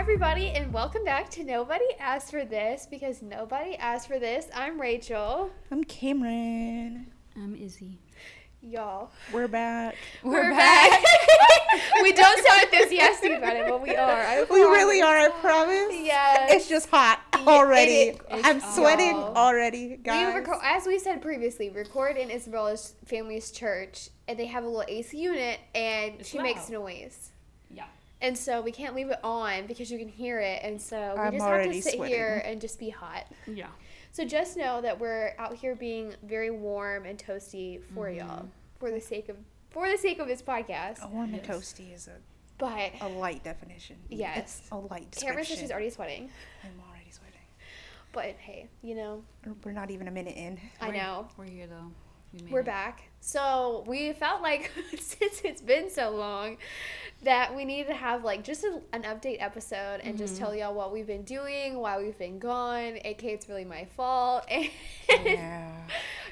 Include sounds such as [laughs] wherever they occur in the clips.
everybody, and welcome back to Nobody Asked for This because nobody asked for this. I'm Rachel. I'm Cameron. I'm Izzy. Y'all, We're back. we're, back. [laughs] we don't sound enthusiastic about it, but we are. I [laughs] We really promise. are, I promise. Yes. It's just hot already. it is I'm hot. sweating Y'all. already, guys. We record, as we said previously, record in Isabella's family's church, and they have a little AC unit, and It's she makes loud. noise. Yeah. And so we can't leave it on because you can hear it, and so we I'm just have already to sit sweating. here and just be hot. Yeah. So just know that we're out here being very warm and toasty for y'all, for the sake of for the sake of this podcast. a Oh, warm and Yes. toasty is a, But a light definition. Yes. It's a light Cameron says Oh, description. she's already sweating. I'm already sweating. But hey, you know, We're not even a minute in. I We're- know. We're here though. We made We're it. back. So we felt like [laughs] since it's been so long that we needed to have like just a, an update episode and just tell y'all what we've been doing, why we've been gone, aka it's really my fault, [laughs] and Yeah.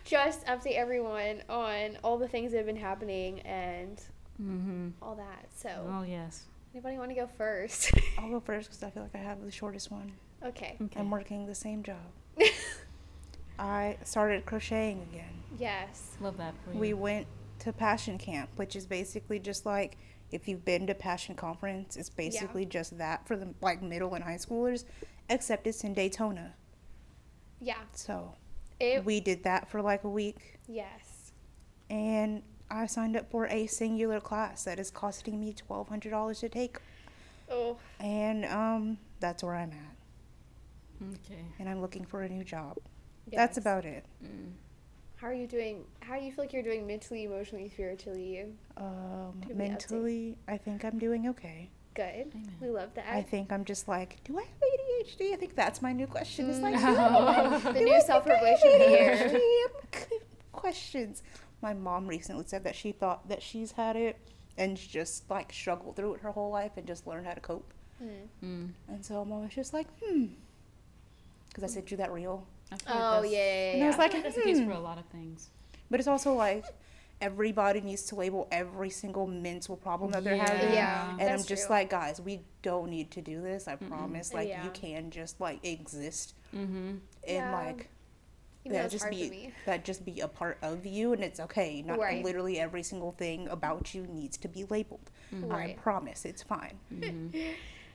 just update everyone on all the things that have been happening and Mhm. all that. So Oh yes. anybody want to go [laughs] first? I'll go first because I feel like I have the shortest one. okay. Okay. I'm working the same job. I started crocheting again. [laughs] yes. Love that for you. We went to Passion Camp, which is basically just like if you've been to Passion Conference, it's basically just that for the like middle and high schoolers, except it's in Daytona. Yeah. So It. we did that for like a week, yes. and I signed up for a singular class that is costing me twelve hundred dollars to take, Oh. and um, that's where I'm at. okay. And I'm looking for a new job. yes. That's about it. Mm. How are you doing? How do you feel like you're doing mentally, emotionally, spiritually? Um, Give me an update. mentally, I think I'm doing okay. Good. Amen. We love that. I think I'm just like, do I have ADHD? I think that's my new question. It's [laughs] like, Mm. "Do I- [laughs] The do new I think I self-revelation of the year." [laughs] have ADHD?" Questions. My mom recently said that she thought that she's had it and she just like struggled through it her whole life and just learned how to cope. Hmm. Mm. And so I'm always just like, hmm. Because I sent you that reel. I feel like Oh that's- yeah, yeah, And I was yeah. I like, feel like that's the case hmm. for a lot of things. But it's also like, everybody needs to label every single mental problem that they're having. Yeah. And That's I'm just true. like, guys, we don't need to do this. I promise. Like, Yeah. you can just like exist Mm-hmm. and Yeah. like Even though that it's just hard be for me. that just be a part of you, and it's okay. Not Right. literally every single thing about you needs to be labeled. Right. I promise, it's fine. Mm-hmm.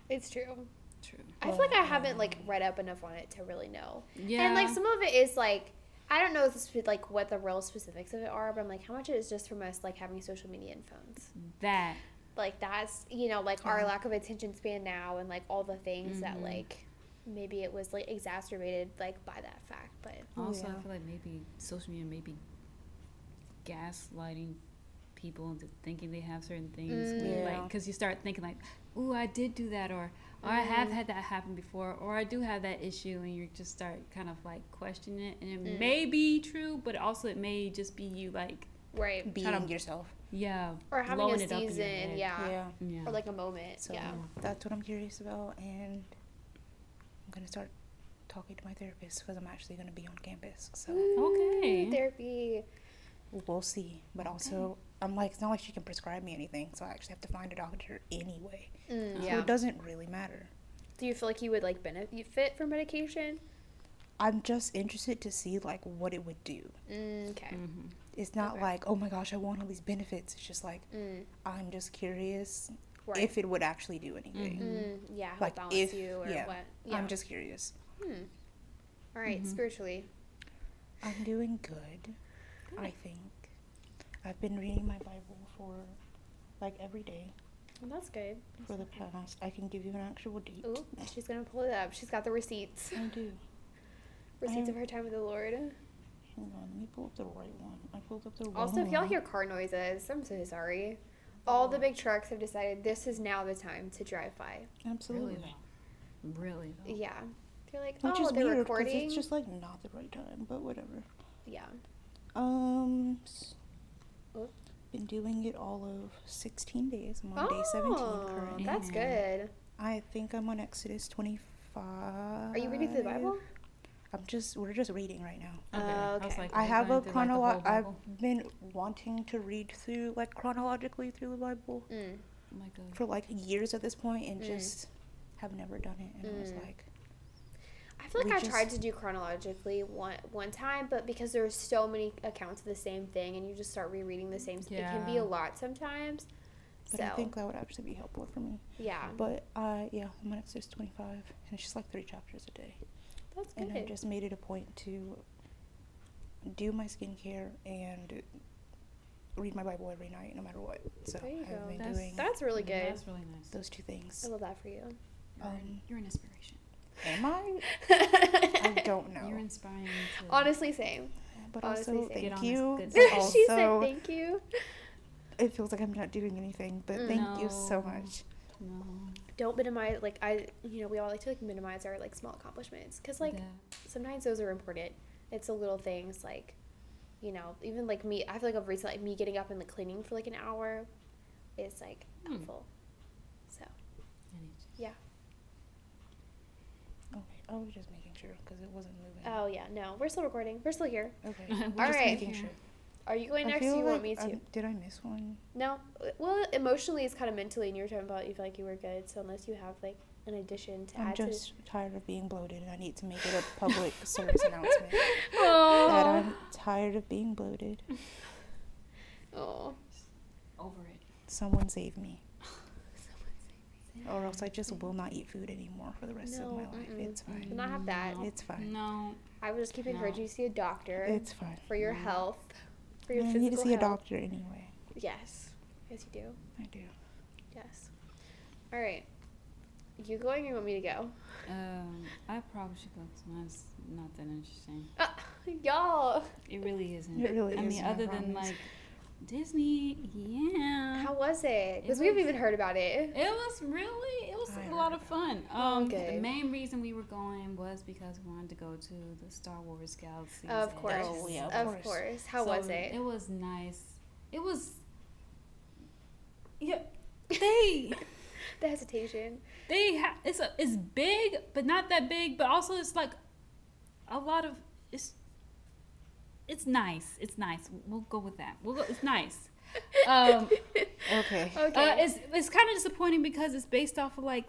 It's true. True. I Oh, feel like I haven't like read up enough on it to really know. Yeah. And like some of it is like I don't know if it's like what the real specifics of it are, but I'm like how much of it is just from us like having social media and phones. that. Like that's you know like our lack of attention span now and like all the things that Mm-hmm. like maybe it was like exacerbated like by that fact, but Also, yeah. I feel like maybe social media may be gaslighting people into thinking they have certain things. Mm. when, Yeah. Like, because you start thinking like, "Ooh, I did do that," or "Or I Mm. have had that happen before," or "I do have that issue," and you just start kind of like questioning it. And Mm. it may be true, but also it may just be you like, right Being of- yourself. yeah, or having a blowing it up in your season, head. yeah. Yeah. yeah. Or like a moment, So yeah. that's what I'm curious about, and I'm gonna start talking to my therapist because I'm actually gonna be on campus. So Ooh, Okay. Therapy. we'll see. But also, I'm like, it's not like she can prescribe me anything, so I actually have to find a doctor anyway. Mm, So yeah. it doesn't really matter. Do you feel like you would like benefit from medication? I'm just interested to see like what it would do. Mm, okay. Mm-hmm. It's not Okay. like, oh my gosh, I want all these benefits. It's just like Mm, I'm just curious right. if it would actually do anything. mm, yeah, help Like, balance if- you or yeah, what? Yeah. I'm just Mm-hmm. curious. Hmm. All right, spiritually. I'm doing good, I think. I've been reading my Bible for like every day Well, that's good. for the past. I can give you an actual date. [laughs] Ooh, she's gonna pull it up. She's got the receipts. I do. Receipts of Um, her time with the Lord. Hang on, let me pull up the right one. I pulled up the wrong Also, if y'all one. hear car noises, I'm so sorry. All the big trucks have decided this is now the time to drive by. absolutely, Really though. Really though. Yeah. They're like, Oh. which oh, is they're weird because recording. it's just like not the right time, but whatever. yeah. Um, s- Oh. been doing it all of 16 days. I'm on day Mm. 17 currently. Oh, that's good. I think I'm on Exodus 25. Are you reading through the Bible? I'm just we're just reading right now. Okay. I was Uh, Okay. like, I you're have a going through, like, the whole chronolo- Bible? I've been wanting to read through Uh, like chronologically through the Bible Mm. Oh my God. for like years at this point and Mm. just have never done it. And I was like, I feel like We I just- tried to do chronologically one one time, but because there are so many accounts of the same thing, and you just start rereading the same, it can be Yeah. a lot sometimes. but so Mm. I think that would actually be helpful for me. yeah, But uh, yeah, my next is 25, and it's just like three chapters a day. that's And I good. just made it a point to do my skincare and read my Bible every night, no matter what. So There you I've go. been That's- doing that's really good. That's really nice. those two things. I love that for you. You're, Um, an, you're an inspiration. Am I? [laughs] I don't know. You're inspiring me to Honestly, same. But honestly also, saying- Get on thank this you. [laughs] good [laughs] But stuff. she said also, thank you. it feels like I'm not doing anything, but Mm. thank you so No. much. No, Don't minimize like I. You know, we all like to like minimize our like small accomplishments because like that- sometimes those are important. It's the little things like, you know, even like me. I feel like I've recently like me getting up and like cleaning for like an hour, is like Hmm. helpful. So I need to- yeah. Okay, I was just making sure because it wasn't moving. Oh yeah. No, we're still recording. We're still here. Okay. [laughs] We're I'm All just right. making Yeah. sure. Are you going I next? or feel You want like me to? I'm- did I miss one? No. Well, emotionally, it's kind of mentally, and you were talking about you feel like you were good. So unless you have like an addition to I'm add just tired of being bloated, and I need to make it [laughs] a public service announcement to. that Oh. I'm tired of being bloated. Oh. over it. Someone save me, or else I just will not eat food anymore for the rest of my No, life. mm-mm. It's fine. Will not have that. No. It's fine. No, I would just keep encouraging you to see a doctor It's fine. for your No. health, for your I physical need to see a health. doctor anyway. Yes. Yes, you do. I do. Yes. All right. You going or you want me to go? [laughs] um, I probably should go because mine's not that interesting. Ah, y'all. It really isn't. It really I isn't, mean, I other than promise. like Disney, yeah. How was it? It Because we haven't was- even heard about it. It was really, it was I a lot heard of fun. Oh, Um, okay. The main reason we were going was because we wanted to go to the Star Wars Galaxy. Of course. Oh, yeah, of of course. course. How So was it? It was nice. It was. [laughs] Yeah, they the hesitation. they ha- it's a, it's big, but not that big. But also, it's like a lot of it's. It's nice. It's nice. We'll go with that. We'll go, [laughs] it's nice. Um, Okay. Okay. uh, it's it's kind of disappointing because it's based off of like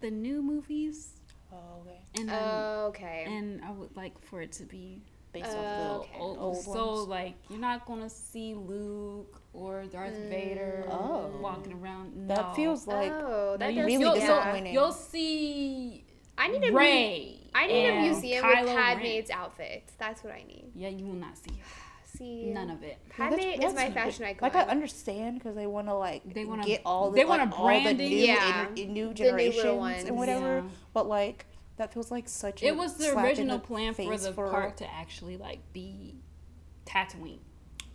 the new movies, Oh, okay. and um, okay. and I would like for it to be Based Uh, off okay. the old, old, so ones. like you're not gonna see Luke or Darth Mm. Vader Oh. walking around. That No. feels like oh, that you does really feel disappointed. disappointing. You'll see I need a mu- Ray. I need a and museum Kylo with Ren. Padme's outfits. That's what I need. Yeah, you will not see her. See, none of it. Yeah, Padme that's- is that's my good. fashion icon. Like I understand because they want to like They wanna- get all the they like, wanna all the branding. new Yeah. gener- new little generations ones. and whatever. Yeah. But like that feels like such. a It was the slap in original plan for face the park to actually like be Tatooine,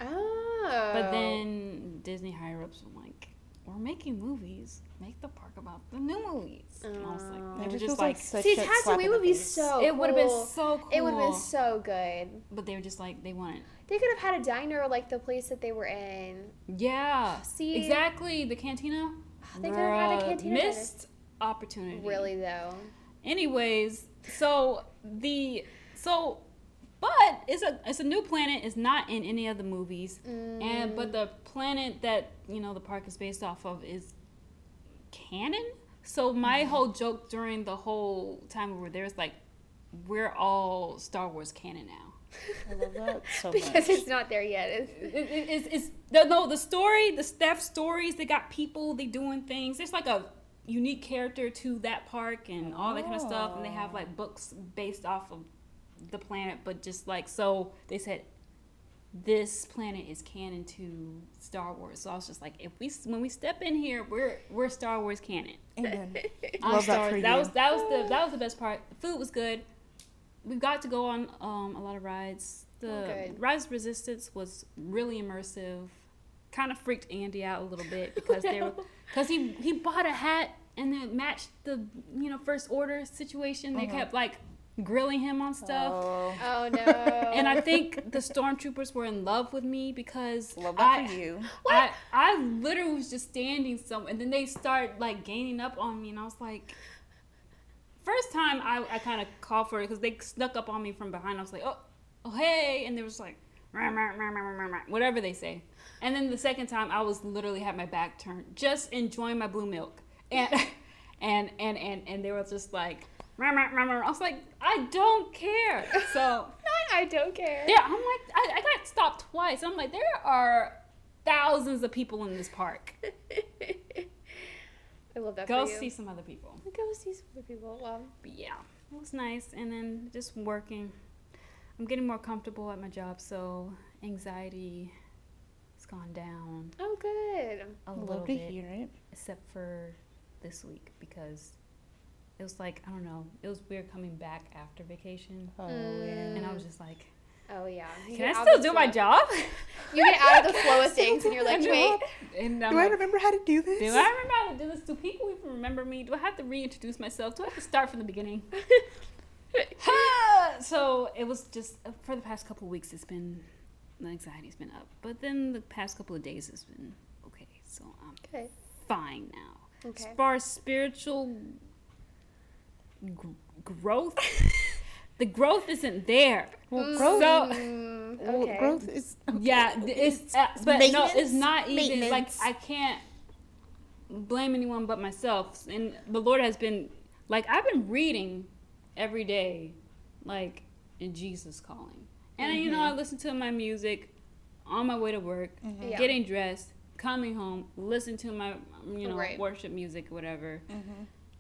oh, but then Disney higher ups were like, "We're making movies. Make the park about the new movies." And I was Oh. It like, they were just, just feels like, like, such see, a slap Tatooine in the would be face. so. it would have been cool. so cool. It would have been so good. but they were just like they wanted They could have had a diner like the place that they were in. Yeah. See? Exactly. The cantina. They could've had a Bruh, cantina better. Missed opportunity. Really though. Anyways, so the so but it's a it's a new planet. It's not in any of the movies. And but the planet that, you know, the park is based off of is canon. So my whole joke during the whole time we were there is like we're all Star Wars canon now. I love [laughs] that so because much. it's not there yet. It's, [laughs] it, it, it's, it's the, no the story the staff stories they got people they doing things there's like a unique character to that park and all that kind of stuff and they have like books based off of the planet but just like so they said this planet is canon to Star Wars so I was just like if we s- when we step in here we're we're Star Wars canon [laughs] Amen. I'm Love that sorry. for That you. was that was the that was the best part. The food was good. We got to go on um, a lot of rides. The good. Rise of Resistance was really immersive. Kind of freaked Andy out a little [laughs] bit because they were because he he bought a hat and then matched the you know first order situation. They kept like grilling him on stuff. Uh-huh. [laughs] Oh, oh no. [laughs] And I think the stormtroopers were in love with me because love that I, for you. I, I literally was just standing somewhere, and then they start like gaining up on me, and I was like, first time I, I kind of called for it because they snuck up on me from behind. I was like, oh, oh hey, and they was like, "Rah, rah, rah, rah, rah, rah," whatever they say. And [laughs] then the second time, I was literally had my back turned, just enjoying my blue milk, and and and and and they were just like. "Rah, rah, rah, rah." I was like, I don't care. So Not [laughs] I don't care. yeah, I'm like, I, I got stopped twice. I'm like, there are thousands of people in this park. [laughs] I love that. Go for you. see some other people. Go see some other people. Wow. But yeah, it was nice. And then just working. I'm getting more comfortable at my job, so anxiety has gone down Oh, good. a little Love to bit, hear it. except for this week because it was like I don't know. It was weird coming back after vacation, Oh Mm. and yeah. I was just like, Oh yeah. You can get I out still of do the my flow- job? You get out [laughs] of the flow of things, and you're like, And I'm wait. and I'm Do I like, remember how to do this? [laughs] Do I remember how to do this? Do people even remember me? Do I have to reintroduce myself? Do I have to start from the beginning? [laughs] Ah, so it was just uh, for the past couple of weeks, it's been the anxiety's been up, but then the past couple of days has been okay. So I'm Okay. fine now. Okay. As far as spiritual gr- growth, the growth isn't there. Well, growth, So- Mm, well, okay. growth is. Yeah, th- it's uh, but no, it's Maintenance? not even like Maintenance. I can't blame anyone but myself. And the Lord has been like I've been reading every day, like in Jesus calling, and you know I listen to my music on my way to work, Yeah. getting dressed, coming home, listen to my um, you know Right. Mm-hmm. worship music whatever. And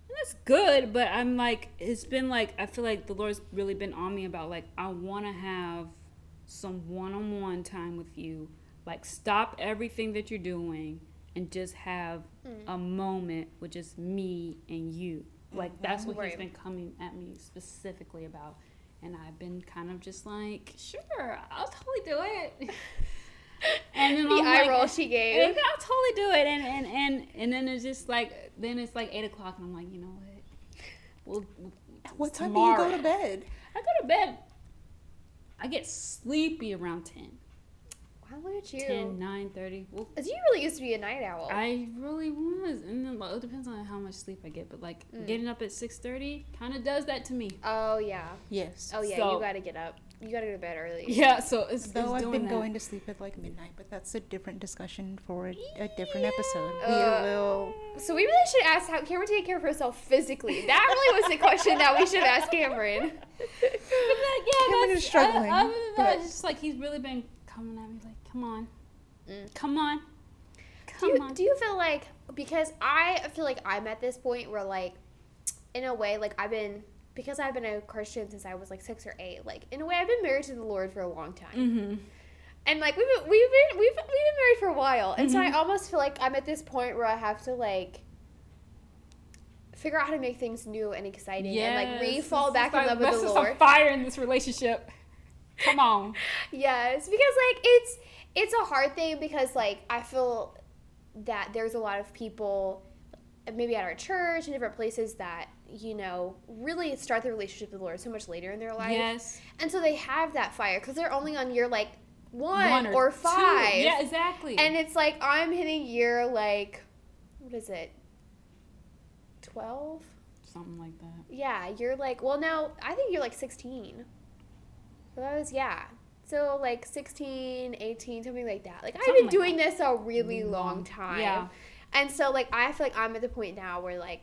that's good, but I'm like it's been like I feel like the Lord's really been on me about like I want to have some one-on-one time with you. Like stop everything that you're doing and just have Mm. a moment with just me and you. Like that's what Mm-hmm. Right. he's been coming at me specifically about. And I've been kind of just like, sure, I'll totally do it. and then the I'm eye like- roll she gave. and [laughs] I'll totally do it. And, and and and then it's just like then it's like eight o'clock, and I'm like, you know what? Well, What time do you tomorrow. go to bed? I go to bed. I get sleepy around 10, Wow, look at 10, you. 9, 30. Well, 'Cause you really used to be a night owl. I really was, and then well, it depends on how much sleep I get. But like getting up at six thirty kind of does that to me. oh yeah. Yes. Oh yeah. you So- gotta get up. You gotta go to bed early. Yeah, so it's, it's Though I've doing been that. going to sleep at like midnight, but that's a different discussion for a, a different episode. We Uh, will. So we really should ask how Cameron take care of herself physically. That really was the question that we should ask [laughs] Cameron. But then, yeah, Cameron that's, uh, is struggling, Other than that, but- it's just like he's really been coming at me, like, come on, Mm. come on, do come you, on. do you feel like because I feel like I'm at this point where like in a way like I've been because I've been a Christian since I was like six or eight like in a way I've been married to the Lord for a long time mm-hmm. and like we've been, we've been we've we've been married for a while and Mm-hmm. so I almost feel like I'm at this point where I have to like figure out how to make things new and exciting and like we Yes, fall this back is in like- love with the This is Lord some fire in this relationship. Come on. Yes, because like it's it's a hard thing because like I feel that there's a lot of people maybe at our church and different places that you know really start their relationship with the Lord so much later in their life, yes. and so they have that fire because they're only on year like one, One or, two. five, Yeah, exactly. and it's like I'm hitting year like what is it, twelve? something like that. Yeah, you're like, well, no, I think you're like 16. So that was, yeah. So like 16, 18, something like that. Like, I've Something been like doing this a really long Long- time. yeah. And so, like, I feel like I'm at the point now where, like,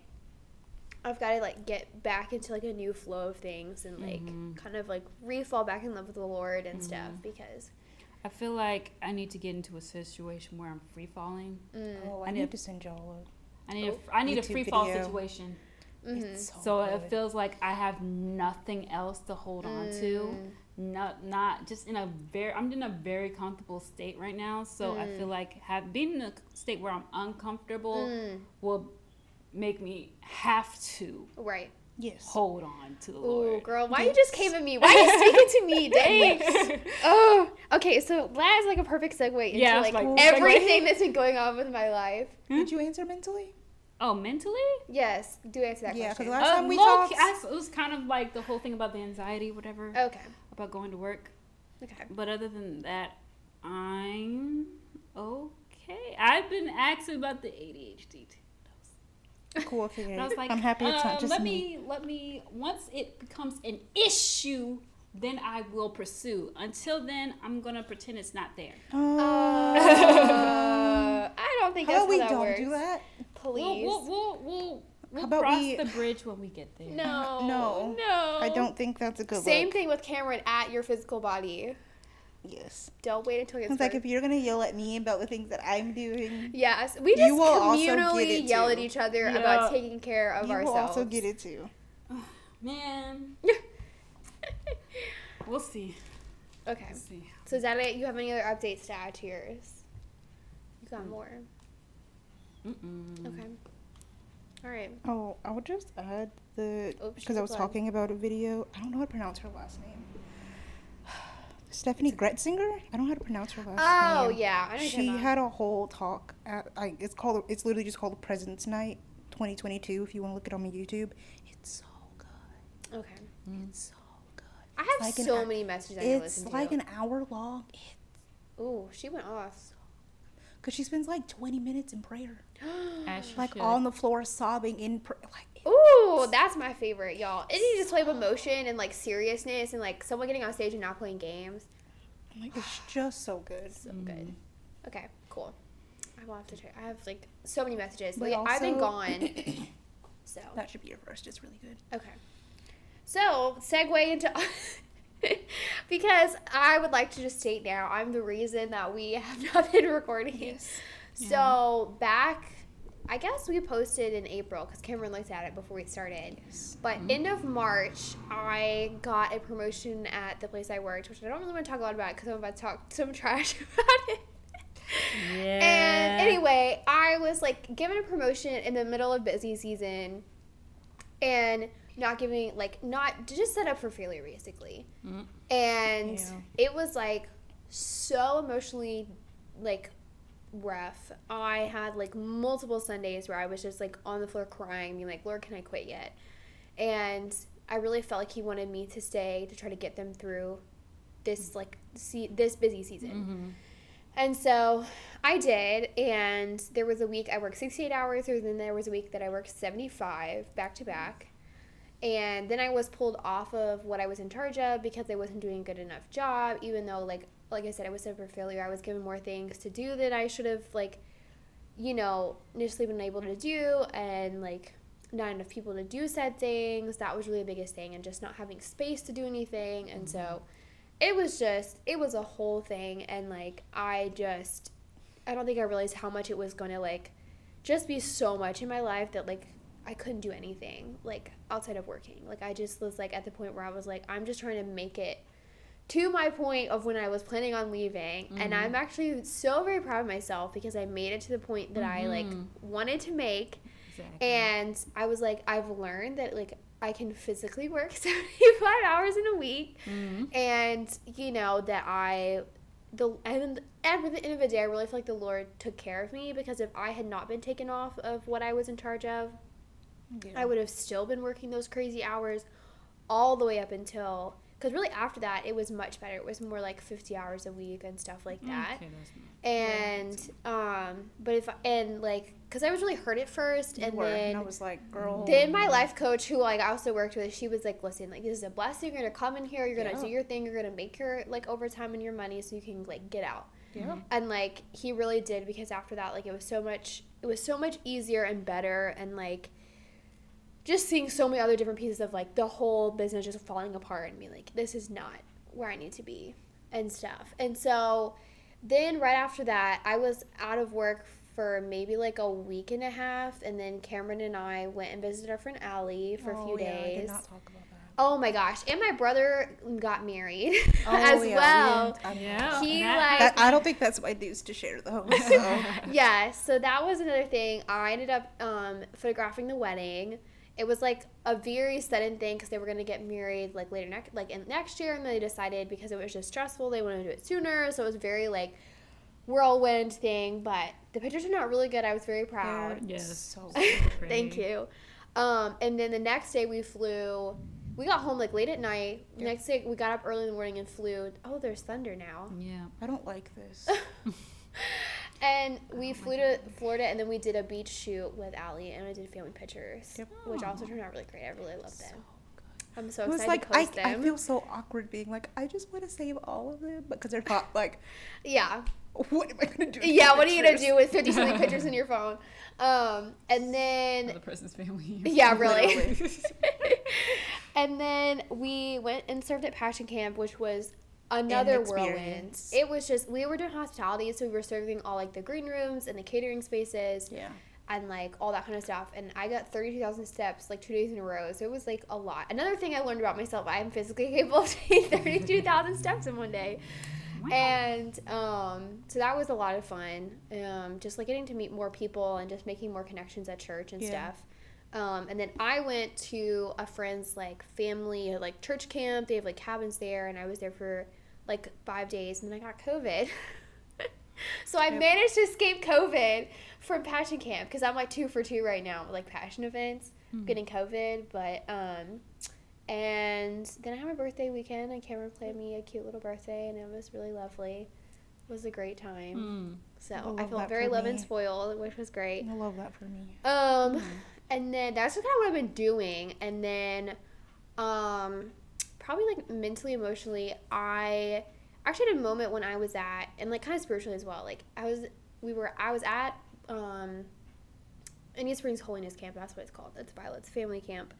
I've got to, like, get back into, like, a new flow of things and, like, Mhm. kind of, like, re-fall back in love with the Lord and stuff because, I feel like I need to get into a situation where I'm free falling. mm, Oh, I I need need- to send y'all I need Oh, a I need a YouTube free fall video. situation. a. mhm. It's so, so it good. feels like I have nothing else to hold on to. Mm. Not not just in a very I'm in a very comfortable state right now. So I Mm. feel like have being in a state where I'm uncomfortable Mm, will make me have to right. yes. hold on to the Ooh, Lord. girl, why you just came at me? Why you speaking to me? Dang. Oh, okay. So that is like a perfect segue into Yeah, like, it's like- everything that's been going on with my life. Did you answer mentally? oh, mentally? Yes, do answer that Yeah, 'cause question. last time we low talked. Uh, key- Uh, I s- it was kind of like the whole thing about the anxiety, whatever, Okay. about going to work. Okay. [laughs] But other than that, I'm okay. I've been asked about the ADHD. too. [laughs] cool, I figured And I was it. like, I'm happy it's um, not just let me. me. Let me. Once it becomes an issue, then I will pursue. Until then, I'm gonna pretend it's not there. Oh. Uh, I don't think How about that's we how that don't works. do that? Please. We'll, we'll, we'll, we'll, We'll about cross we- the bridge when we get there. No. No. No. I don't think that's a good Oh. Same look. thing with Cameron at your physical body. Yes. Don't wait until it It's gets like hurt. if you're gonna yell at me about the things that I'm doing, Yes, we just will also get communally it, yell at too. each other Yeah. about taking care of you will ourselves. also get it too. Man, [laughs] we'll see. okay. We'll see. So is that it? You have any other updates to add to yours? You got more. Mm-mm. Okay. All right. Oh, I'll just add the Oops, because I was go ahead. talking about a video. I don't know how to pronounce her last name. [sighs] Stephanie Gretzinger. I don't know how to pronounce her last Oh name. yeah, I know she she had. had a whole talk at like it's called it's literally just called President's Night 2022 if you want to look it on my YouTube. It's so good. Okay. It's so good. I have like an so act- many messages I need to It's listen like to. an hour long Ooh, she went [gasps] off. cuz she spends like 20 minutes in prayer. Oh, As you Like should. on the floor sobbing in pr- like it- [gasps] Ooh, that's my favorite, y'all. Any display of emotion and like seriousness and like someone getting on stage and not playing games. like it's just so good. So good. Mm. Okay, cool. I will have to check. I have like so many messages. But Like, I've been also- [clears throat] gone. So That should be your first. It's really good. okay. So segue into [laughs] because I would like to just state now I'm the reason that we [laughs] have not been recording. So back, I guess we posted in April because Cameron looked at it before we started. Yes. But end of March, I got a promotion at the place I worked, which I don't really want to talk a lot about because I'm about to talk some [laughs] trash about it. Yeah. And anyway, I was like given a promotion in the middle of busy season and not giving, like, not just set up for failure basically. Mm. And Yeah. it was like so emotionally, like, rough. I had like multiple Sundays where I was just like on the floor crying, being like, Lord, can I quit yet? And I really felt like He wanted me to stay to try to get them through this, like, see, this busy season. Mhm. And so I did, and there was a week I worked 68 hours, or then there was a week that I worked 75 back to back. And then I was pulled off of what I was in charge of because I wasn't doing a good enough job, even though, like, like I said, I was set up for failure. I was given more things to do than I should have, like, you know, initially been able to do, and like, not enough people to do said things. That was really the biggest thing, and just not having space to do anything. And so it was just it was a whole thing and like i just i don't think i realized how much it was going to like just be so much in my life that like i couldn't do anything like outside of working like i just was like at the point where i was like i'm just trying to make it to my point of when i was planning on leaving and i'm actually so very proud of myself because i made it to the point that i like Mhm. wanted to make Exactly. and I was like, I've learned that like I can physically work [laughs] 75 hours in a week. Mhm. And you know that I the and at the end of the day, I really feel like the Lord took care of me because if I had not been taken off of what I was in charge of, I would have still been working those crazy hours all the way up until because really after that it was much better. It was more like 50 hours a week and stuff like Mm, that Okay, that's nice. and um but if and like because i was really hurt at first You and were, and I then was like, girl. then my life coach who like i also worked with she was like listen like this is a blessing you're gonna come in here you're gonna Yeah. do your thing you're gonna make your like overtime and your money so you can like get out yeah. and like he really did because after that like it was so much it was so much easier and better and like just seeing so many other different pieces of like the whole business just falling apart and being like this is not where i need to be and stuff and so then right after that i was out of work for maybe like a week and a half and then cameron and i went and visited our friend allie for a few Oh, yeah, I did days not talk about [laughs] that. oh my gosh and my brother got married Oh, [laughs] as yeah, we well didn't- I mean, Yeah. he, that- that- I don't think that's my news to share though. So. yeah, so that was another thing. I ended up um, photographing the wedding. It was like a very sudden thing because they were gonna get married like later next, like in next year, and they decided because it was just stressful, they wanted to do it sooner. So it was very like whirlwind thing. But the pictures are not really good. I was very proud. [laughs] Yes. So Thank you. Um, and then the next day we flew. We got home like late at night. Yeah. Next day we got up early in the morning and flew. Oh, there's thunder now. Yeah. I don't like this. And we flew to Florida, and then we did a beach shoot with Allie, and I did family pictures, Yep. which also turned out really great. I really love them. I'm so I was excited like, to I, post I them. feel so awkward being like, [laughs] I just want to save all of them because they're not like yeah, what am I gonna do? with yeah, these what are you gonna pictures? do with fifty something pictures in your phone? Um, and then the [laughs] person's family. Yeah, really. Literally. [laughs] and then we went and served at Passion Camp, which was another whirlwind. experience. It was just we were doing hospitality, so we were serving all like the green rooms and the catering spaces Yeah. and like all that kind of stuff. And I got thirty-two thousand steps like two days in a row, so it was like a lot. Another thing I learned about myself: I am physically [laughs] capable of taking thirty-two thousand steps in one day. Wow. And um, so that was a lot of fun. Um, just like getting to meet more people and just making more connections at church and Yeah. stuff. Um, and then I went to a friend's like family like church camp. They have like cabins there, and I was there for like five days, and then I got COVID. [laughs] so I Yep. managed to escape COVID from passion camp because I'm like two for two right now with like passion events, Hmm. getting COVID, but um, and then I had my birthday weekend, and Cameron planned me a cute little birthday, and it was really lovely. It was a great time. Mm. So love I felt Hmm. Oh, that very for love and me. spoiled, which was great. I love that [laughs] for me. Um, Hmm. and then that's kind of what I've been doing. And then, um, probably like mentally, emotionally, I actually had a moment when I was at, and like kind of spiritually as well. Like I was, we were, I was at, um, Indian Springs Holiness Camp. That's what it's called. That's Violet's family camp.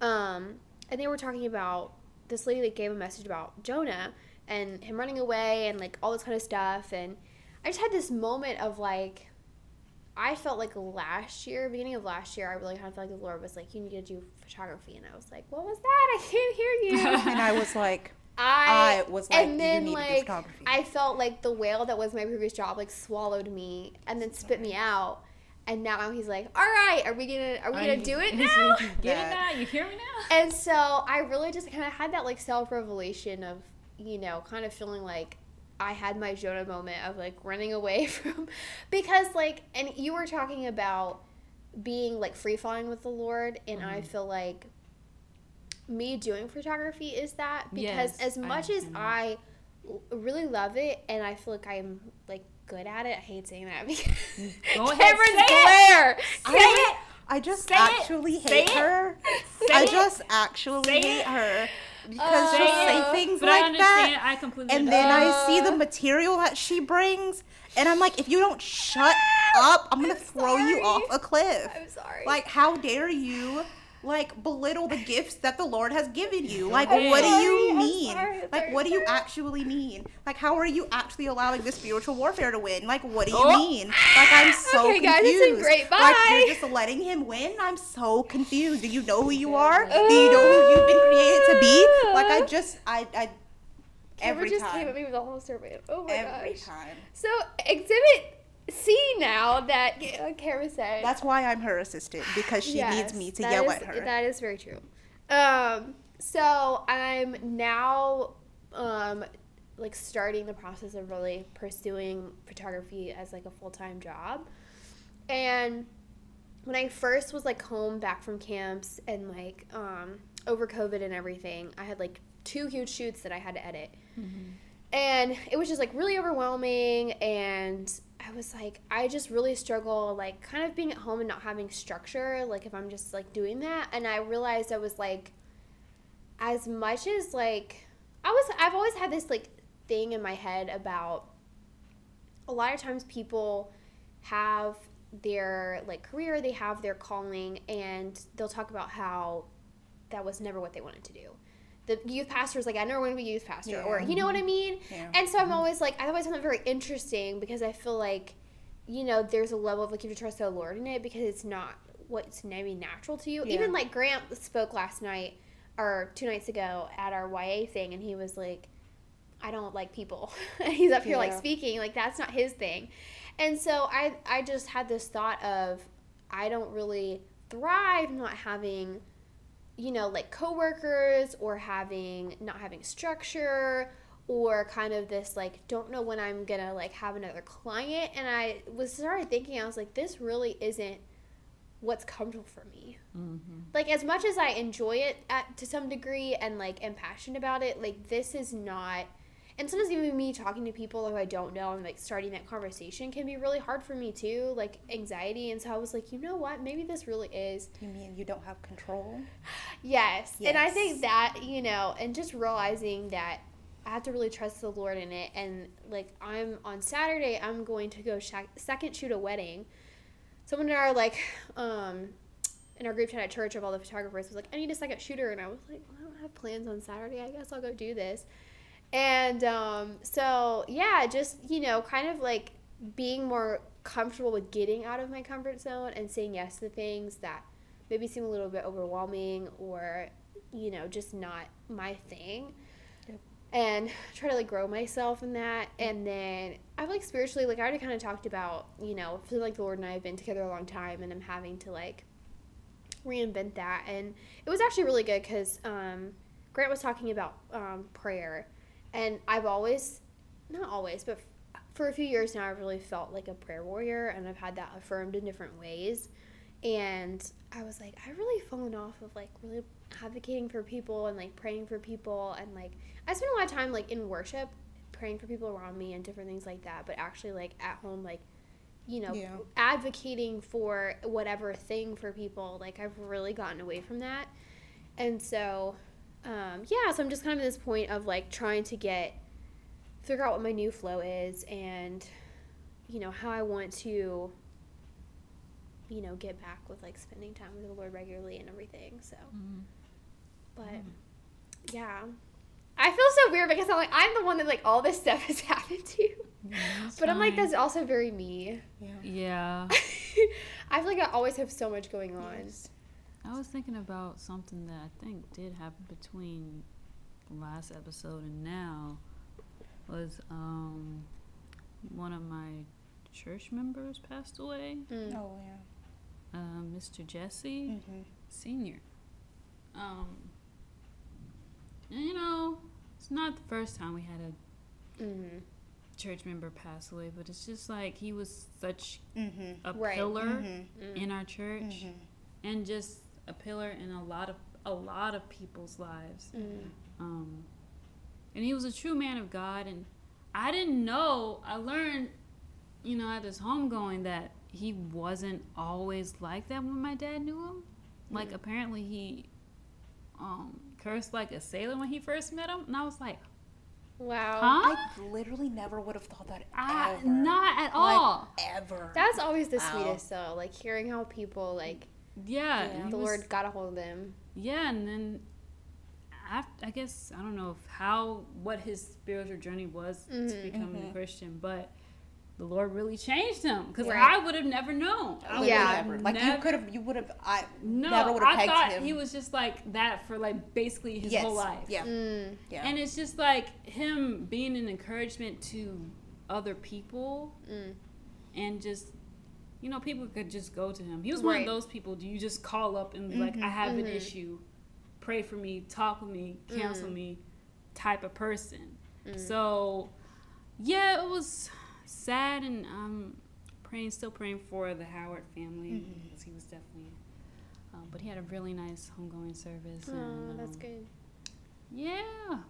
Um, and they were talking about this lady that gave a message about Jonah and him running away and like all this kind of stuff. And I just had this moment of like, I felt like last year, beginning of last year, I really kind of felt like the Lord was like, "You need to do photography," and I was like, "What was that? I can't hear you." [laughs] And I was like, I, I was like, and then you need to do like photography. I felt like the whale that was my previous job like swallowed me and then spit me out, and now he's like, "All right, are we gonna are we gonna do [laughs] it now?" You get it now? You hear me now? and so I really just kind of had that like self revelation of you know kind of feeling like I had my Jonah moment of like running away [laughs] from because like and you were talking about being like free falling with the Lord and I Mm-hmm. feel like me doing photography is that because Yes, as I much as understand that. I l- really love it and I feel like I'm like good at it I hate saying that [laughs] because Go ahead, Cameron's say it. glare Say Cameron- it. I just Say it. actually Say hate it. her. Say I it. just actually Say it. hate her because Uh, she'll Say say it. things But I like understand. that, I completely and then understand. I see the material that she brings, and I'm like, if you don't shut up, I'm gonna throw you sorry. off a cliff. I'm sorry Like, how dare you? Like belittle the gifts that the Lord has given you. Like, I'm what do you sorry, I'm mean? sorry, I'm like, sorry, what do you sorry. actually mean? Like, how are you actually allowing the spiritual warfare to win? Like, what do you Oh. mean? Like, I'm so Okay, guys, confused. it's been great. Like, Bye. you're just letting him win. I'm so confused. Do you know who you are? Do you know who you've been created to be? Like, I just, I, I, Amber every Oh. just time, came at me with a whole survey. Oh my every gosh. time. So exhibit C now that uh, Kara said. That's why I'm her assistant because she Yes, needs me to that yell is- at her. That is very true. Um, so I'm now um, like starting the process of really pursuing photography as like a full time job. And when I first was like home back from camps and like um, over COVID and everything, I had like two huge shoots that I had to edit. And it was just like really overwhelming. And I was like, I just really struggle, like kind of being at home and not having structure, like if I'm just like doing that. And I realized I was like, as much as like, I was, I've always had this like thing in my head about a lot of times people have their like career, they have their calling, and they'll talk about how that was never what they wanted to do. The youth pastor is like, I never want to be a youth pastor, or Yeah. you know what I mean. Mm-hmm. Yeah. Mm-hmm. And so I'm always like, I always find that very interesting because I feel like, you know, there's a level of like you have to trust the Lord in it because it's not what's maybe natural to you. Yeah. Even like Grant spoke last night or two nights ago at our YA thing, and he was like, I don't like people. [laughs] And he's up here like Yeah. speaking, like that's not his thing. And so I I just had this thought of I don't really thrive not having you know like coworkers or having not having structure or kind of this like don't know when I'm going to like have another client and I was started thinking I was like this really isn't what's comfortable for me. Like as much as I enjoy it at, to some degree and like am passionate about it, like this is not. And sometimes even me talking to people who I don't know and like starting that conversation can be really hard for me too, like anxiety. And so I was like, you know what? Maybe this really is You mean you don't have control? Yes. And I Yes. think that, you know, and just realizing that I have to really trust the Lord in it. And like I'm on Saturday, I'm going to go sh- second shoot a wedding. Someone in our like um in our group chat at church of all the photographers was like, I need a second shooter, and I was like, well, I don't have plans on Saturday. I guess I'll go do this. And um, so yeah, just you know, kind of like being more comfortable with getting out of my comfort zone and saying yes to things that maybe seem a little bit overwhelming or you know just not my thing and [laughs] try to like grow myself in that. And then I've like spiritually, like I already kind of talked about, you know, I feel like the Lord and I have been together a long time, and I'm having to like reinvent that. And it was actually really good because um, Grant was talking about um, prayer, and I've always, not always, but f- for a few years now, I've really felt like a prayer warrior, and I've had that affirmed in different ways. And I was like, I've really fallen off of like really advocating for people and like praying for people and like I spend a lot of time like in worship praying for people around me and different things like that, but actually like at home like you know Yeah. advocating for whatever thing for people like I've really gotten away from that. And so um yeah, so I'm just kind of at this point of like trying to get figure out what my new flow is and you know how I want to you know get back with like spending time with the Lord regularly and everything. So but Mm. yeah. I feel so weird because I'm like I'm the one that like all this [laughs] stuff has happened to. But I'm like mm-hmm, fine. that's also very me. [laughs] Yeah. I feel like I always have so much going on. I was thinking about something that I think did happen between the last episode and now was um one of my church members passed away, Mm. Oh yeah. uh, Mr. Jesse hmm Senior. Um, and, you know, it's not the first time we had a Mm. church member pass away, but it's just like he was such Mhm. a Right. pillar Mhm. Mm. in our church Mhm. and just a pillar in a lot of a lot of people's lives. Mm. um, and he was a true man of God. And I didn't know. I learned, you know, at his homegoing that he wasn't always like that when my dad knew him. Like apparently he um, cursed like a sailor when he first met him, and I was like, Wow. huh? I literally never would have thought that Ah, I, Oh, ever. not at Like, all. ever. That's always the Wow. sweetest though, like hearing how people like yeah, and he the was- Lord got a hold of them. Yeah, and then. After, I guess I don't know if how what his spiritual journey was to Mm-hmm, Mhm. becoming a Christian, but the Lord really changed him because Right. I would have never known. Literally I would Yeah. have never. Like you never- could have, you would have. I No, never would have I pegged thought him. he was just like that for like basically his yes. whole life. Yeah. Mm. Yeah. And it's just like him being an encouragement to other people Mm. and just you know, people could just go to him. He was one Right. Mm-hmm. of those people do you just call up and be like, I have an issue, pray for me, talk with me, counsel Mm. me type of person. So yeah, it was sad and um praying still praying for the Howard family Mm-hmm. because he was definitely um, but he had a really nice homegoing service. Oh, and, that's um, good. yeah,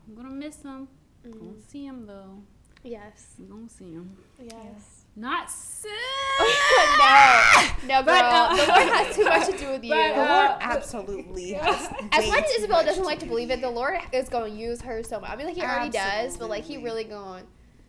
I'm gonna miss him. I'm gonna see him though. Yes. I'm gonna see him. Yes. Not sick. [laughs] [laughs] [laughs] no. No, girl. But, uh, the Lord has too much to do with you. But, the uh, Lord [laughs] absolutely. Has As way much as too Isabel much doesn't to like to do believe it, the Lord is going to use her so much. I mean, like he already does, but like he Absolutely. really going.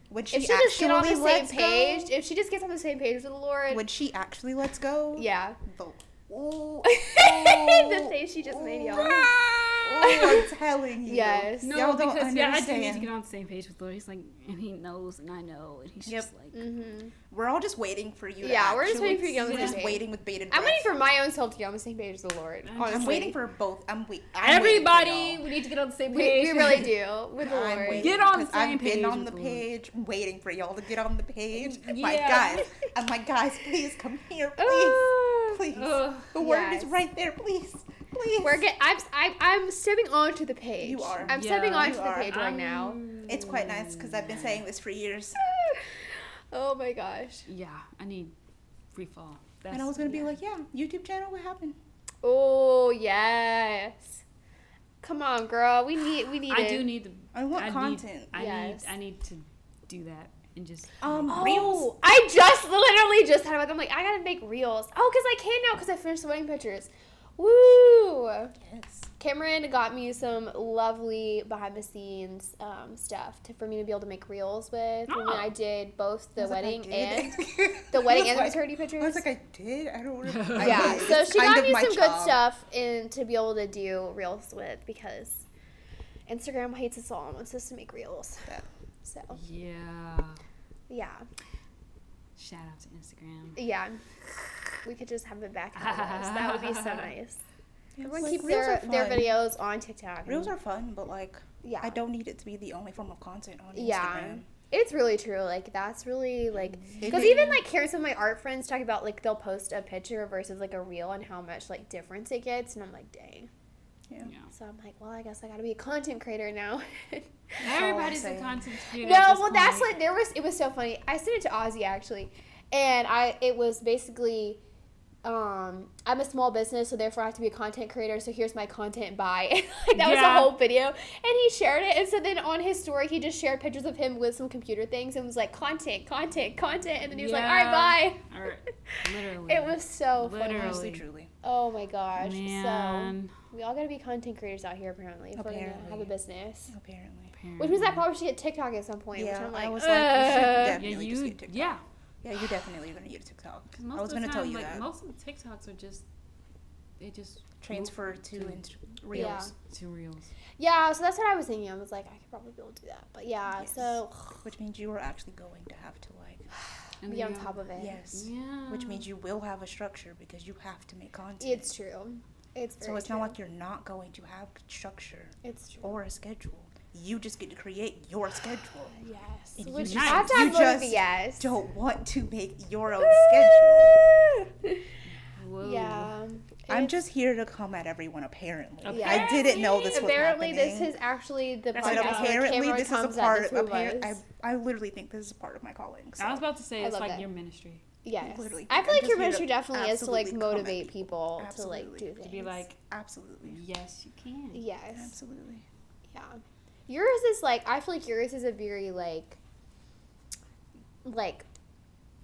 When she If she just get on the actually same lets go- page, if she just gets on the same page with the Lord, when she actually lets go. [laughs] yeah, [laughs] The, ooh, the face she just made, y'all. Oh, I'm telling you. Yes. No, Y'all don't because yeah, I do need to understand. get on the same page with Lord. He's like, and he knows, and I know, and he's Yep. just like, Mm-hmm. We're all just waiting for you. to Yeah, we're just waiting for you to get on the actually- We're just same page. waiting with bated breath. I'm waiting for my own self to get on the same page as the Lord. I'm Honestly, I'm waiting for both. I'm wait. I'm waiting for everybody, y'all. we need to get on the same We, page. we [laughs] really do with the I'm Lord. waiting Get on the 'cause I've same page been on the with the Lord. page, waiting for y'all to get on [laughs] the page. Like Yeah. guys, I'm like guys, please come here, please, Ugh. please. Ugh. The word yes. is right there, please, please. We're get. I'm I, I'm stepping onto the page. You are. I'm Yeah, stepping you onto the are. Um, page right now. I'm- It's quite nice because I've been saying this for years, [laughs] Oh my gosh. Yeah, I need free fall. That's, and I was gonna be yeah. like, yeah, YouTube channel, what happened? Oh yes. Come on, girl. We need we need I it. do need the. I want I Need, content. I Yes. need. I need to do that and just. Um, reels. Oh, I just literally just thought about them. Like, I gotta make reels. Oh, because I can now because I finished the wedding pictures. Woo! Yes. Cameron got me some lovely behind the scenes um, stuff to, for me to be able to make reels with. Oh. When I did both the I was like, I wedding did. [laughs] and I the wedding was and the like- maternity pictures. I was like, I did. I don't [laughs] remember. I yeah, did. so It's she kind got of me my some good job. stuff and to be able to do reels with because Instagram hates us all and wants us to make reels. Yeah. So Yeah. yeah, Shout out to Instagram. yeah, we could just have it back. on us. That would be [laughs] so nice. Everyone Like, keeps reels their, are their fun. videos on TikTok. Reels are fun, but like, yeah, I don't need it to be the only form of content on Instagram. Yeah. It's really true. Like that's really like If because it- even like hearing some of my art friends talk about like they'll post a picture versus like a reel and how much like difference it gets, and I'm like, dang. Yeah. Yeah. So I'm like, well, I guess I got to be a content creator now. [laughs] all I'm Everybody's a saying. content creator. no, at this well, that's point. what there was. It was so funny. I sent it to Ozzy actually, and I it was basically. Um, I'm a small business, so therefore I have to be a content creator. So here's my content buy. [laughs] like that was the Yeah. whole video, and he shared it. And so then on his story, he just shared pictures of him with some computer things and was like, "Content, content, content." And then he was like, "All right, [laughs] All right. Literally. bye." It was so funny. Literally. Honestly, truly. Oh my gosh! Man. So we all gotta be content creators out here, apparently. If we're gonna have a Apparently. business. Apparently. Which means I probably should get TikTok at some point. Yeah, which I'm like, I was Ugh. like, you should [laughs] definitely Yeah, just you. get TikTok. Yeah. Yeah, you definitely are gonna get TikTok. [sighs] 'Cause most I was of the gonna tell time, you like, that. Most of the TikToks are just, they just Transfer to to- Inst- Reels. Yeah. to reels. yeah. So that's what I was thinking. I was like, I could probably be able to do that. But yeah, Yes. so Which means you are actually going to have to like And be then on you- top of it. yes, Yeah. which means you will have a structure because you have to make content. It's true. It's very so it's true. not like Oh. you're not going to have structure it's true. or a schedule. You just get to create [sighs] your schedule. yes. And you Which just- I have to you have a little just yes. Don't want to make your own schedule. [laughs] Whoa. Yeah. I'm it's- just here to come at everyone. Apparently, Yeah. I didn't know this was Apparently, happening. this is actually the That's But podcast what where apparently, Cameron this is a comes part. at the two of apparent- us. I, I literally think this is a part of my calling. So. I was about to say I it's love like that. your ministry Yes. literally I think feel I'm like just your here to ministry definitely is to like absolutely comment. motivate people to like Absolutely. do To things. to be like, absolutely, yes, you can. yes. absolutely. Yeah. Yours is like I feel like yours is a very like like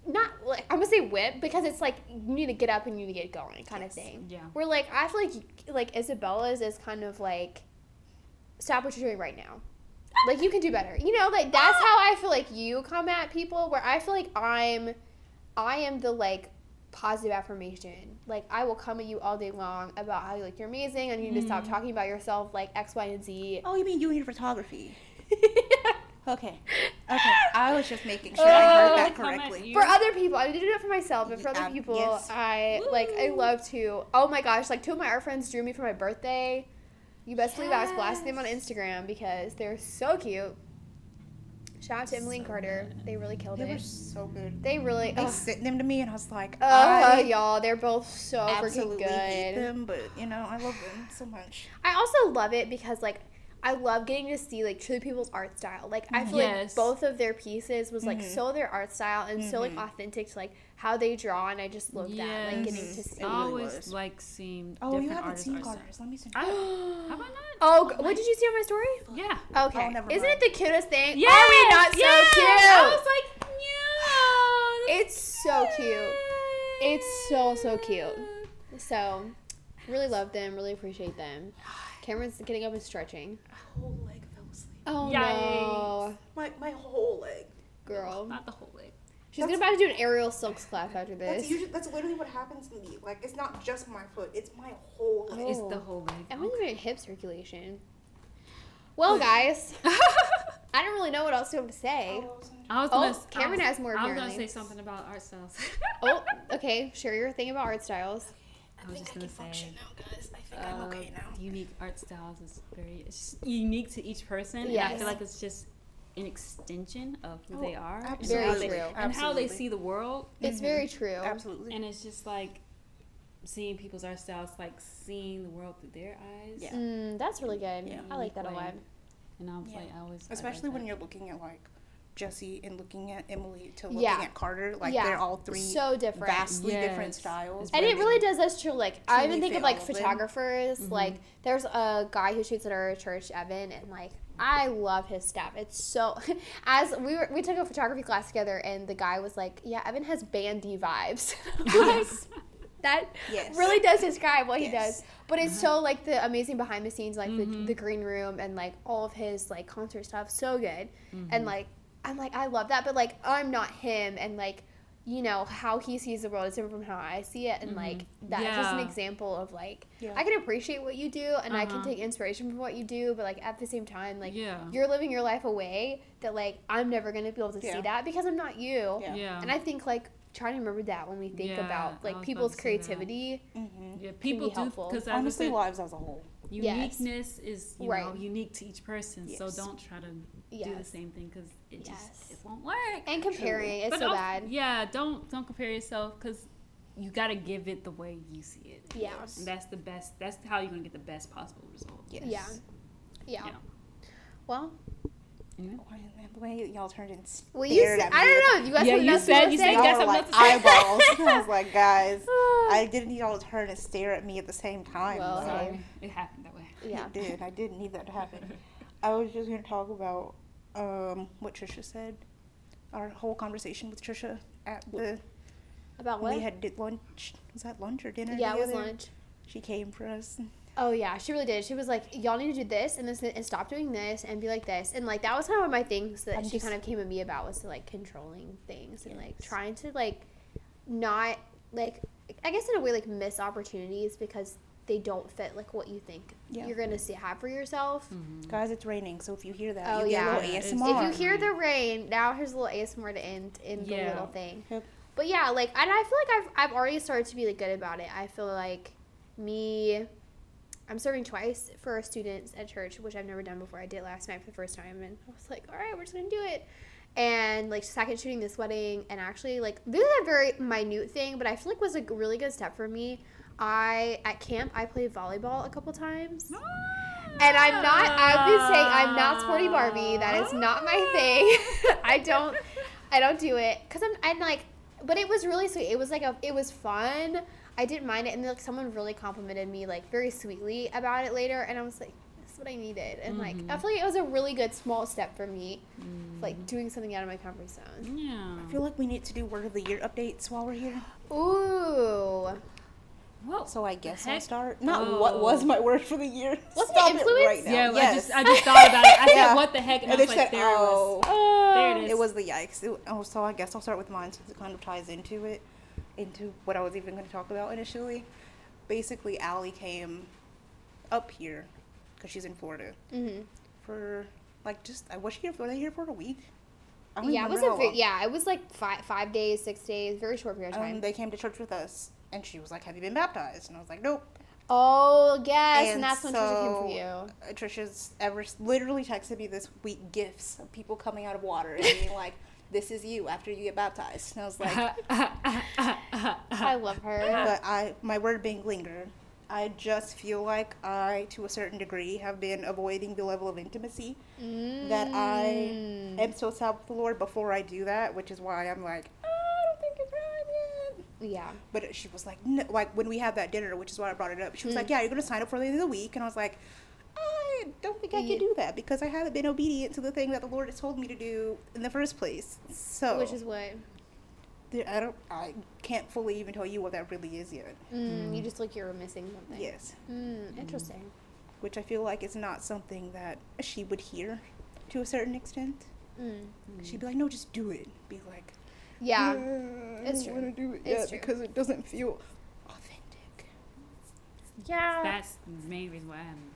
not like I'm gonna say whip because it's like you need to get up and you need to get going kind of Yes. thing. Yeah. Where like I feel like like Isabella's is kind of like stop what you're doing right now. Like you can do better. You know, like that's how I feel like you come at people where I feel like I'm I am the like positive affirmation. Like I will come at you all day long about how like you're amazing and you need to stop talking about yourself like X, Y, and Z. Oh, you mean you in photography? Okay, okay. For I was just making sure I Oh, heard that comment [laughs] correctly. you- other people, I didn't do it for myself, but for Yeah, other people, yes. I like. I Woo. love to. Oh my gosh! Like two of my art friends drew me for my birthday. You best believe I was blasting them on Yes. Instagram because they're so cute. Shout out to Emily and So Carter. They really killed Oh, They were it. so good. They really. They Oh, sent them to me, and I was like, oh, I y'all, they're both so freaking absolutely hate good. them, but you know, I love them so much. I also love it because like I love getting to see like truly people's art style. Like I feel Mm-hmm. Yes. Mm-hmm. like both of their pieces was like Mhm. so their art style and so like authentic to like how they draw and I just love that. Like getting to Yes. [gasps] see. It Oh, Oh. always was. like seen. Oh, different you haven't artists seen are- Carter's? Let me send. I, You. have I not? Oh, g- what did you see on my story? Oh. Yeah. Okay. never Isn't mind. it the cutest thing? Yeah. Are we not so I cute? was like, no. that's It's so cute. It's so so cute. cute. So really love them, really appreciate them. Cameron's getting up and stretching. My whole leg fell asleep. Oh no. Yikes. My my whole leg. Girl. Not the whole way. She's gonna about to do an aerial silks clap after this. That's usually that's literally what happens to me. Like it's not just my foot; it's my whole leg. Oh. It's the whole leg. I wasn't even hip circulation. Well, [laughs] guys, I don't really know what else to have to say. I was Oh, gonna. s- I Cameron was- has more, I was gonna apparently. say something about art styles. [laughs] Oh, okay. Share your thing about art styles. I was just gonna say. now, guys. I think Uh, um, the unique art styles is very it's just unique to each person. and I Yes. feel like it's just an extension of who Oh, they are and how Very they- true. and how they Absolutely. see the world. Mm-hmm. It's very true. Absolutely. And it's just like seeing people's art styles, like seeing the world through their eyes. Yeah. Mm, that's really good. Yeah. I like that a Unique lot. way. And I was Yeah. like, I always I love Especially when that. you're looking at like Jesse and looking at Emily to looking Yeah. at Carter, like Yeah. they're all three So different. vastly different Yes. styles. And it but- really does. That's true. Like I Truly even think of fit like all of them. photographers. Like there's a guy who shoots at our church, Evan, and like I love his stuff. It's so. [laughs] As we were, we took [laughs] a photography class together, and the guy was like, "Yeah, Evan has bandy vibes." that Yes. really does describe what he Yes. does. But it's so like the amazing behind the scenes, like the, the green room and like all of his like concert stuff, so good. And like I'm like I love that, but like I'm not him, and like you know how he sees the world is different from how I see it, and like that's just an Mm-hmm. Yeah. example of like Yeah. I can appreciate what you do and I can Uh-huh. take inspiration from what you do, but like at the same time, like Yeah. you're living your life away that like I'm never gonna be able to see Yeah. that because I'm not you. Yeah. Yeah. And I think like trying to remember that when we think Yeah, about I like was about people's to say that. creativity. hmm yeah, people do helpful. because Honestly, honestly, lives as a whole. Yes. uniqueness is you know Right. unique to each person. So Yes. don't try to do the Yes. same thing because it just it Yes. won't work. And comparing it's But so also- bad. Yeah, don't don't compare yourself because you gotta give it the way you see it. Yeah. And that's the best. That's how you're gonna get the best possible result. Yes. Yeah. Yeah. Yeah. Well, Why- The way y'all turned and stared well, you at said, me. I don't know. You guys Yeah, have you nothing said- to you say? said Y'all that's were what I'm like about to say. eyeballs. [laughs] I was like, guys, Ah. I didn't need y'all to turn and stare at me at the same time. Well, though. Okay. Sorry, it happened that way. Yeah. It did. I didn't need that to happen. I was just going to talk about um, what Trisha said. Our whole conversation with Trisha at the About when what? we had did lunch. Was that lunch or dinner? yeah, it was together? lunch. She came for us. Oh yeah, she really did. She was like, "Y'all need to do this and this and stop doing this and be like this." And like that was kind of one of my things that I'm she just- kind of came at me about was like controlling things and like Yes. trying to like not like I guess in a way like miss opportunities because they don't fit like what you think Yeah. you're gonna see have for yourself. Guys, it's raining, so if you hear that, Oh, you get yeah. a little Yeah, it's- ASMR. If you hear the rain, now here's a little ASMR to end in the Yeah. little thing. Yep. But yeah, like and I feel like I've I've already started to be like good about it. I feel like me I'm serving twice for students at church, which I've never done before. I did last night for the first time and I was like, All right, we're just gonna do it and like second shooting this wedding and actually like this is a very minute thing, but I feel like was a really good step for me. I at camp I played volleyball a couple times. And I'm not, I've been saying I'm not sporty Barbie. That is not my thing. [laughs] I don't, I don't do it. Cause I'm, I'm like, but it was really sweet. It was like a, it was fun. I didn't mind it. And like someone really complimented me like very sweetly about it later. And I was like, that's what I needed. And like, Mm-hmm. I feel like it was a really good small step for me. Mm. Like doing something out of my comfort zone. Yeah. I feel like we need to do word of the year updates while we're here. Ooh. Well, So I guess Heck I'll start. Not what was my word for the year. What's the Stop influence? it right now. yeah, I yes. just I just thought about it. I Yeah. said what the heck, and, and I they was said, like, there oh. it was. There it is. It was the yikes. It- oh, so I guess I'll start with mine since it kind of ties into it, into what I was even going to talk about initially. Basically, Allie came up here because she's in Florida Mm-hmm. for like just I was she here for were they here for a week? I don't Yeah, it even was a, remember how ve- long. yeah, it was like five, five days, six days, very short period of time. Um, they came to church with us, and she was like, "Have you been baptized?" And I was like, "Nope." Oh yes, and, that's when Trisha so, came for you. uh, Trisha's ever literally texted me this week gifts of people coming out of water and being like, [laughs] "This is you after you get baptized." And I was like, [laughs] "Oh." Uh-huh. I love her. but I my word being linger. I just feel like I, to a certain degree, have been avoiding the level of intimacy that I Mm. am so sad with the Lord before I do that, which is why I'm like, I don't think it's right yet. Yeah. But she was like, no, like when we had that dinner, which is why I brought it up. She was Mm. like, yeah, you're gonna sign up for the end of the week, and I was like, I don't think I Ye- can do that because I haven't been obedient to the thing that the Lord has told me to do in the first place. So Oh. Which is what? there- I don't, I can't fully even tell you what that really is yet. Mm, You just like you were missing something. Yes. Mm, interesting. which I feel like is not something that she would hear to a certain extent. Mm. She'd be like, "No, just do it." Be like, Yeah. Mm. "Uh, I it's don't true. want to do it It's yet true. because it doesn't feel authentic." Yeah. [laughs] That's the main reason why I haven't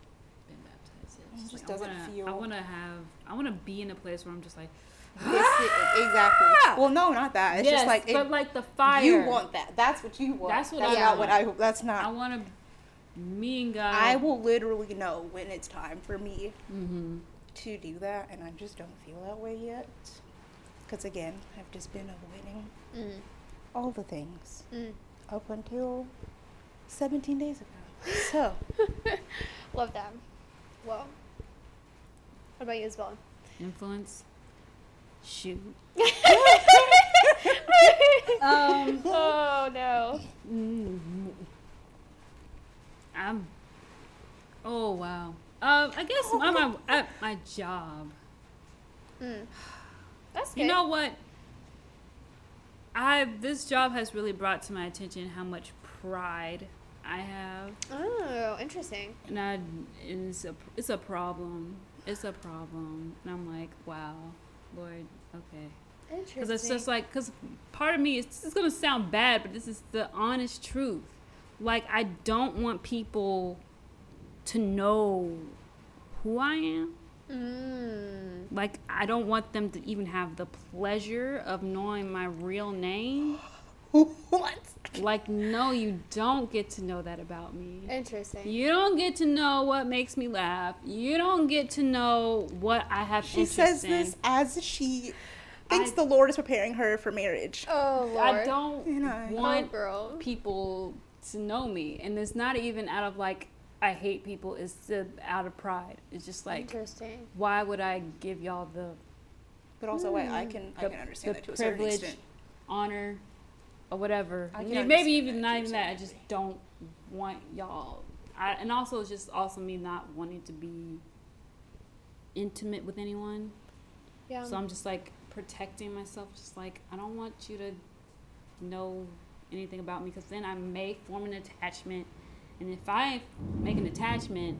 been baptized yet. It It's just like, doesn't I wanna, feel- I want to have. I want to be in a place where I'm just like. It's- exactly. Well, no, not that. It's yes, just like it- but like the fire. you want that. That's what you want. That's what that's I not what want. I. That's I not. want to. Me and God. I will literally know when it's time for me Mm-hmm. to do that, and I just don't feel that way yet. Because again, I've just been avoiding Mm, all the things mm. up until 17 days ago. So. [laughs] Love that. Well, what about you, Isabel? Influence. Shoot. um. Oh no. Mm. I'm. Oh wow. Um, I guess my my at my job. Mm. That's good. You know what? I this job has really brought to my attention how much pride I have, Oh, interesting. and I and it's a it's a problem. It's a problem, and I'm like, wow, Lord, okay. Interesting. Because it's just like, because part of me, is this is going to sound bad, but this is the honest truth. Like, I don't want people to know who I am. Mm. Like, I don't want them to even have the pleasure of knowing my real name. what? Like, no, you don't get to know that about me. Interesting. You don't get to know what makes me laugh. You don't get to know what I have She interest says in. this as she thinks I- the Lord is preparing her for marriage. oh, Lord. I don't You know. Oh, want girl. people to know me and it's not even out of like i hate people it's the, out of pride it's just like Interesting. why would i give y'all the But also, I, I can I Mm. The- can understand the that to a certain privilege. [laughs] extent. honor or whatever I can Yeah, understand maybe even that not to a even that i certain just degree. don't want y'all I, and also it's just also me not wanting to be intimate with anyone Yeah. so i'm just like protecting myself just like i don't want you to know anything about me because then i may form an attachment and if i make [laughs] an attachment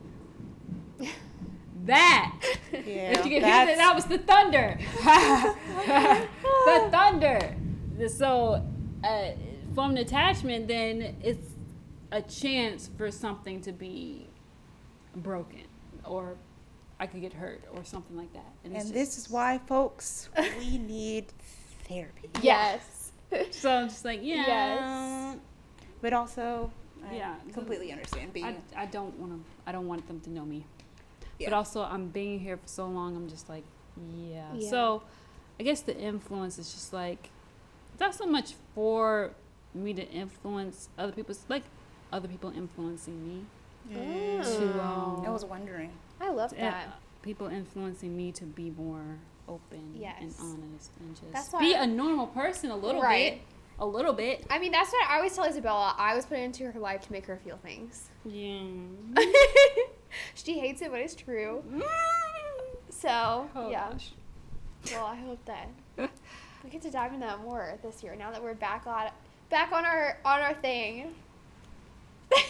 that Yeah, if you can hear that, that's- that was [laughs] the thunder [laughs] the thunder The- so uh, form an attachment then it's a chance for something to be broken or i could get hurt or something like that it's and just- this is why, folks, we need therapy. yes. So I'm just like, yeah. Yes. But also, I Yeah. completely understand being. I, I don't want to. I don't want them to know me. Yeah. But also, I'm being here for so long. I'm just like, yeah. Yeah. So, I guess the influence is just like, it's not so much for me to influence other people. It's like other people influencing me. Mm. To um, I was wondering. I love to, uh, that. people influencing me to be more open and Yes. honest and just That's be why- a normal person a little Right. bit, a little bit. I mean, that's what I always tell Isabella. I was put into her life to make her feel things. [laughs] Yeah. she hates it, but it's true. So, Oh yeah. Well, I hope that [laughs] we get to dive into that more this year. Now that we're back on back on our on our thing. [laughs]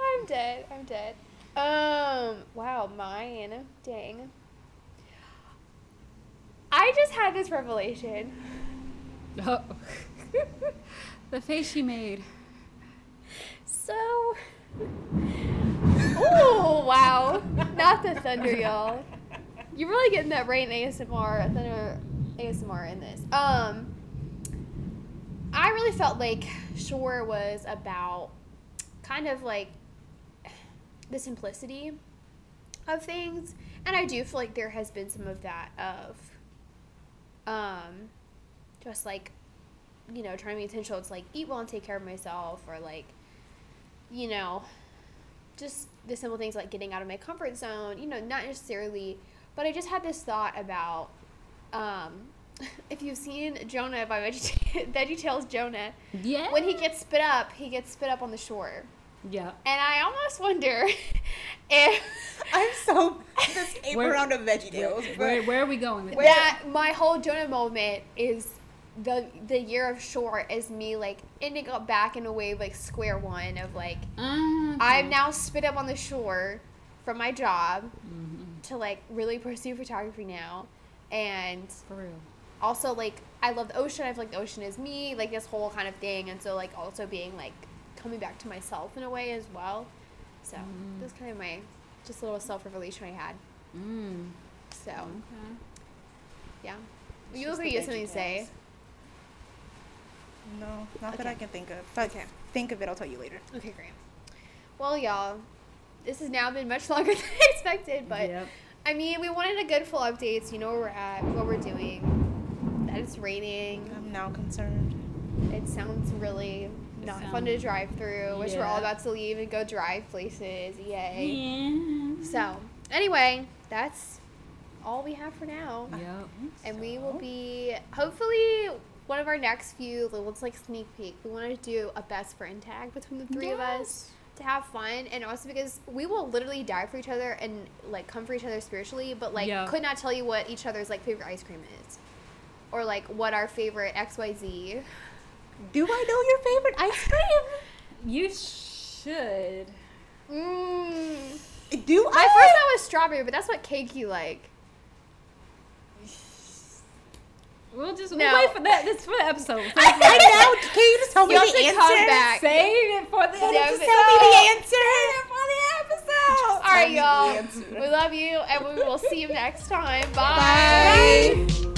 I'm dead. I'm dead. Um. Wow. Mine. Dang. I just had this revelation. [laughs] Oh. [laughs] the face she made. So. Oh wow! Not the thunder, y'all. You're really getting that rain ASMR, thunder ASMR in this. Um, I really felt like Shore was about kind of like the simplicity of things, and I do feel like there has been some of that of, um, just like, you know, trying to be intentional. It's like eat well and take care of myself, or like, you know, just the simple things like getting out of my comfort zone, you know, not necessarily, but I just had this thought about um, [laughs] if you've seen Jonah by [laughs] Veggie VeggieTales Jonah, Yeah. when he gets spit up, he gets spit up on the shore. yeah. And I almost wonder [laughs] if I'm so. [laughs] This [laughs] came Where- around of Veggie Tales, Where, but where are we going with that? that my whole Jonah moment is the the year of shore is me like ending up back in a way of, like square one of like Mhm. I'm now spit up on the shore from my job Mhm. to like really pursue photography now and For real. also like I love the ocean. I feel like the ocean is me, like this whole kind of thing. And so like also being like coming back to myself in a way as well. So that's kind of my just a little self revelation I had. Mm. So Okay. yeah, It's you look just like the you have something to VeggieTales. say. no, not that Okay. I can think of. If I Okay. think of it, I'll tell you later. Okay, great. Well, y'all, this has now been much [laughs] longer than I expected, but Yep. I mean, we wanted a good full update. So you know where we're at, what we're doing, that it's raining. I'm now concerned. It sounds really It not fun to sounds- drive through, which we're all yeah. about to leave and go drive places. Yay. [laughs] Yeah. So, anyway, that's all we have for now. Yep. And we will So- be hopefully one of our next few little it's like sneak peek. We want to do a best friend tag between the three of us to have fun and also because we will literally die for each other and like come for each other spiritually, but like Yeah. could not tell you what each other's like favorite ice cream is. Or like what our favorite XYZ Do I know your favorite ice cream? You should. Mm. Do My I? [laughs] first thought was strawberry, but that's what cake you like. We'll just No. we'll wait for that. This for the episode. I, I know. Can you just tell me Y'all the should answer? come back. Save it for the Can you Yeah, end. just but- tell me the Oh. answer [laughs] for the episode? All right, y'all. Tell me the answer. We love you, and we will see you next time. Bye. Bye.